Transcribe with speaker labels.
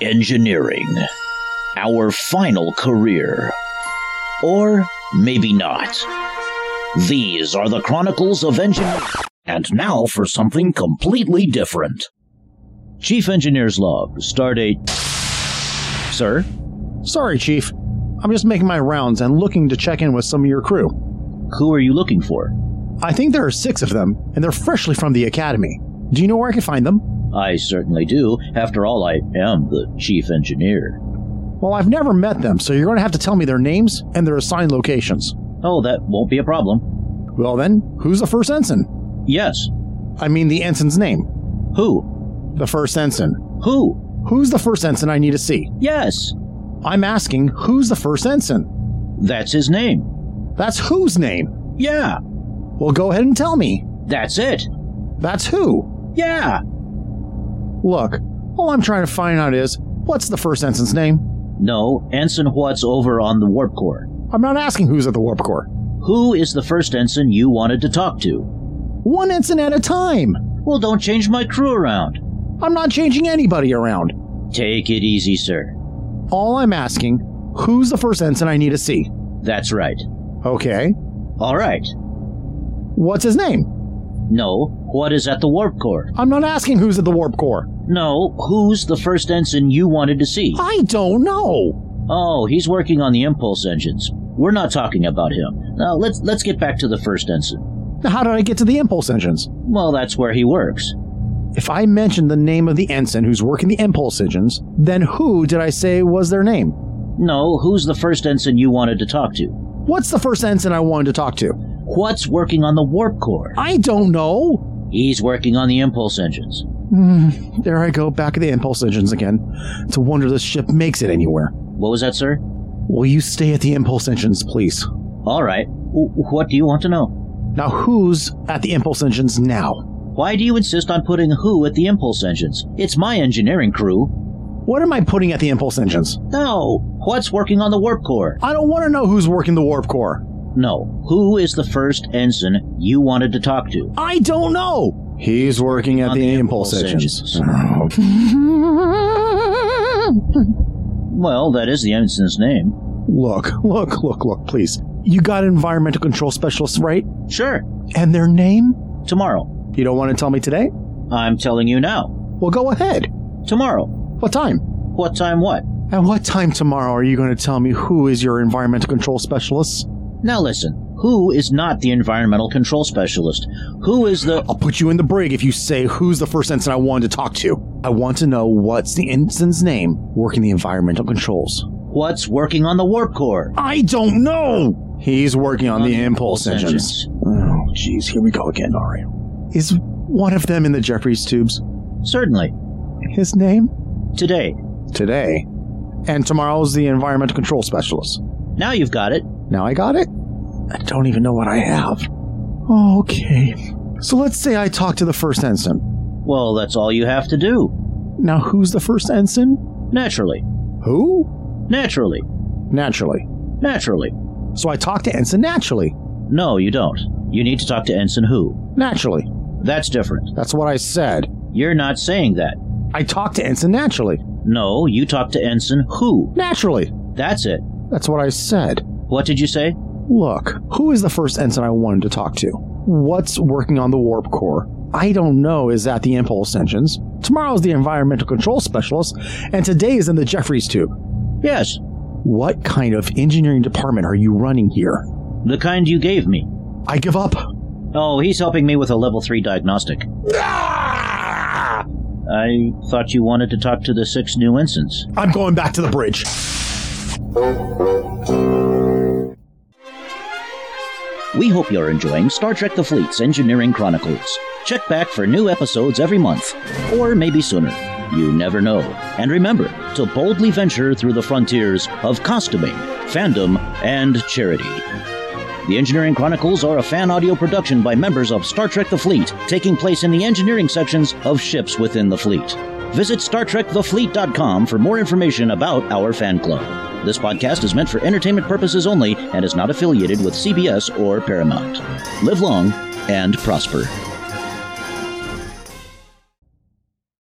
Speaker 1: engineering, our final career. Or maybe not. These are the Chronicles of Engineering. And now for something completely different. Chief Engineer's Log, Stardate. Sir?
Speaker 2: Sorry, Chief. I'm just making my rounds and looking to check in with some of your crew.
Speaker 1: Who are you looking for?
Speaker 2: I think there are six of them, and they're freshly from the Academy. Do you know where I can find them?
Speaker 1: I certainly do. After all, I am the chief engineer.
Speaker 2: Well, I've never met them, so you're going to have to tell me their names and their assigned locations.
Speaker 1: Oh, that won't be a problem.
Speaker 2: Well, then, who's the first ensign?
Speaker 1: Yes.
Speaker 2: I mean, the ensign's name.
Speaker 1: Who?
Speaker 2: The first ensign.
Speaker 1: Who?
Speaker 2: Who's the first ensign I need to see?
Speaker 1: Yes.
Speaker 2: I'm asking, who's the first ensign?
Speaker 1: That's his name.
Speaker 2: That's whose name?
Speaker 1: Yeah.
Speaker 2: Well, go ahead and tell me.
Speaker 1: That's it.
Speaker 2: That's who.
Speaker 1: Yeah.
Speaker 2: Look, all I'm trying to find out is what's the first ensign's name?
Speaker 1: No, Ensign What's over on the Warp Core.
Speaker 2: I'm not asking who's at the Warp Core.
Speaker 1: Who is the first ensign you wanted to talk to?
Speaker 2: One ensign at a time.
Speaker 1: Well, don't change my crew around.
Speaker 2: I'm not changing anybody around.
Speaker 1: Take it easy, sir.
Speaker 2: All I'm asking, who's the first ensign I need to see?
Speaker 1: That's right.
Speaker 2: Okay.
Speaker 1: All right.
Speaker 2: What's his name?
Speaker 1: No, what is at the Warp Core?
Speaker 2: I'm not asking who's at the Warp Core.
Speaker 1: No, who's the first ensign you wanted to see?
Speaker 2: I don't know.
Speaker 1: Oh, he's working on the impulse engines. We're not talking about him. Now let's let's get back to the first ensign.
Speaker 2: Now, How did I get to the impulse engines?
Speaker 1: Well, that's where he works.
Speaker 2: If I mentioned the name of the ensign who's working the impulse engines, then who did I say was their name?
Speaker 1: No, who's the first ensign you wanted to talk to?
Speaker 2: What's the first ensign I wanted to talk to?
Speaker 1: What's working on the warp core?
Speaker 2: I don't know.
Speaker 1: He's working on the impulse engines.
Speaker 2: Hmm, there I go, back at the impulse engines again. It's a wonder this ship makes it anywhere.
Speaker 1: What was that, sir?
Speaker 2: Will you stay at the impulse engines, please?
Speaker 1: All right. W- what do you want to know?
Speaker 2: Now, who's at the impulse engines now?
Speaker 1: Why do you insist on putting who at the impulse engines? It's my engineering crew.
Speaker 2: What am I putting at the impulse engines?
Speaker 1: No, what's working on the warp core?
Speaker 2: I don't want to know who's working the warp core.
Speaker 1: No, who is the first ensign you wanted to talk to?
Speaker 2: I don't know. He's working at
Speaker 1: On
Speaker 2: the,
Speaker 1: the
Speaker 2: impulse,
Speaker 1: impulse
Speaker 2: engines. Oh,
Speaker 1: Well, that is the ensign's name.
Speaker 2: look, look, look, look, please. You got environmental control specialists, right?
Speaker 1: Sure,
Speaker 2: And their name?
Speaker 1: tomorrow.
Speaker 2: You don't want to tell me today?
Speaker 1: I'm telling you now.
Speaker 2: Well, go ahead.
Speaker 1: Tomorrow.
Speaker 2: What time?
Speaker 1: What time what?
Speaker 2: At what time tomorrow are you going to tell me who is your environmental control specialist?
Speaker 1: Now listen, who is not the environmental control specialist? Who is the.
Speaker 2: I'll put you in the brig if you say who's the first ensign I wanted to talk to. I want to know what's the ensign's name working the environmental controls.
Speaker 1: What's working on the warp core?
Speaker 2: I don't know. He's working on, the, impulse, engines. Oh, jeez, here we go again. All right. Is one of them in the Jeffries tubes?
Speaker 1: Certainly.
Speaker 2: His name?
Speaker 1: Today.
Speaker 2: Today. And tomorrow's the environmental control specialist.
Speaker 1: Now you've got it.
Speaker 2: Now I got it? I don't even know what I have. Okay. So let's say I talk to the first ensign.
Speaker 1: Well, that's all you have to do.
Speaker 2: Now, who's the first ensign?
Speaker 1: Naturally.
Speaker 2: Who?
Speaker 1: Naturally.
Speaker 2: Naturally.
Speaker 1: Naturally.
Speaker 2: So I talk to ensign naturally.
Speaker 1: No, you don't. You need to talk to Ensign Who.
Speaker 2: Naturally.
Speaker 1: That's different.
Speaker 2: That's what I said.
Speaker 1: You're not saying that.
Speaker 2: I talk to ensign naturally.
Speaker 1: No, you talk to Ensign Who.
Speaker 2: Naturally.
Speaker 1: That's it.
Speaker 2: That's what I said.
Speaker 1: What did you say?
Speaker 2: Look, who is the first ensign I wanted to talk to? What's working on the warp core? I don't know is that the impulse engines. Tomorrow's the environmental control specialist, and today is in the Jeffries tube.
Speaker 1: Yes,
Speaker 2: What kind of engineering department are you running here?
Speaker 1: the kind you gave me.
Speaker 2: I give up.
Speaker 1: Oh, he's helping me with a level 3 diagnostic. I thought you wanted to talk to the six new ensigns.
Speaker 2: I'm going back to the bridge.
Speaker 1: We hope you're enjoying Star Trek The Fleet's Engineering Chronicles. Check back for new episodes every month, or maybe sooner. You never know. And remember to boldly venture through the frontiers of costuming, fandom, and charity. The Engineering Chronicles are a fan audio production by members of Star Trek The Fleet, taking place in the engineering sections of ships within the fleet. Visit StarTrekTheFleet.com for more information about our fan club. This podcast is meant for entertainment purposes only and is not affiliated with CBS or Paramount. Live long and prosper.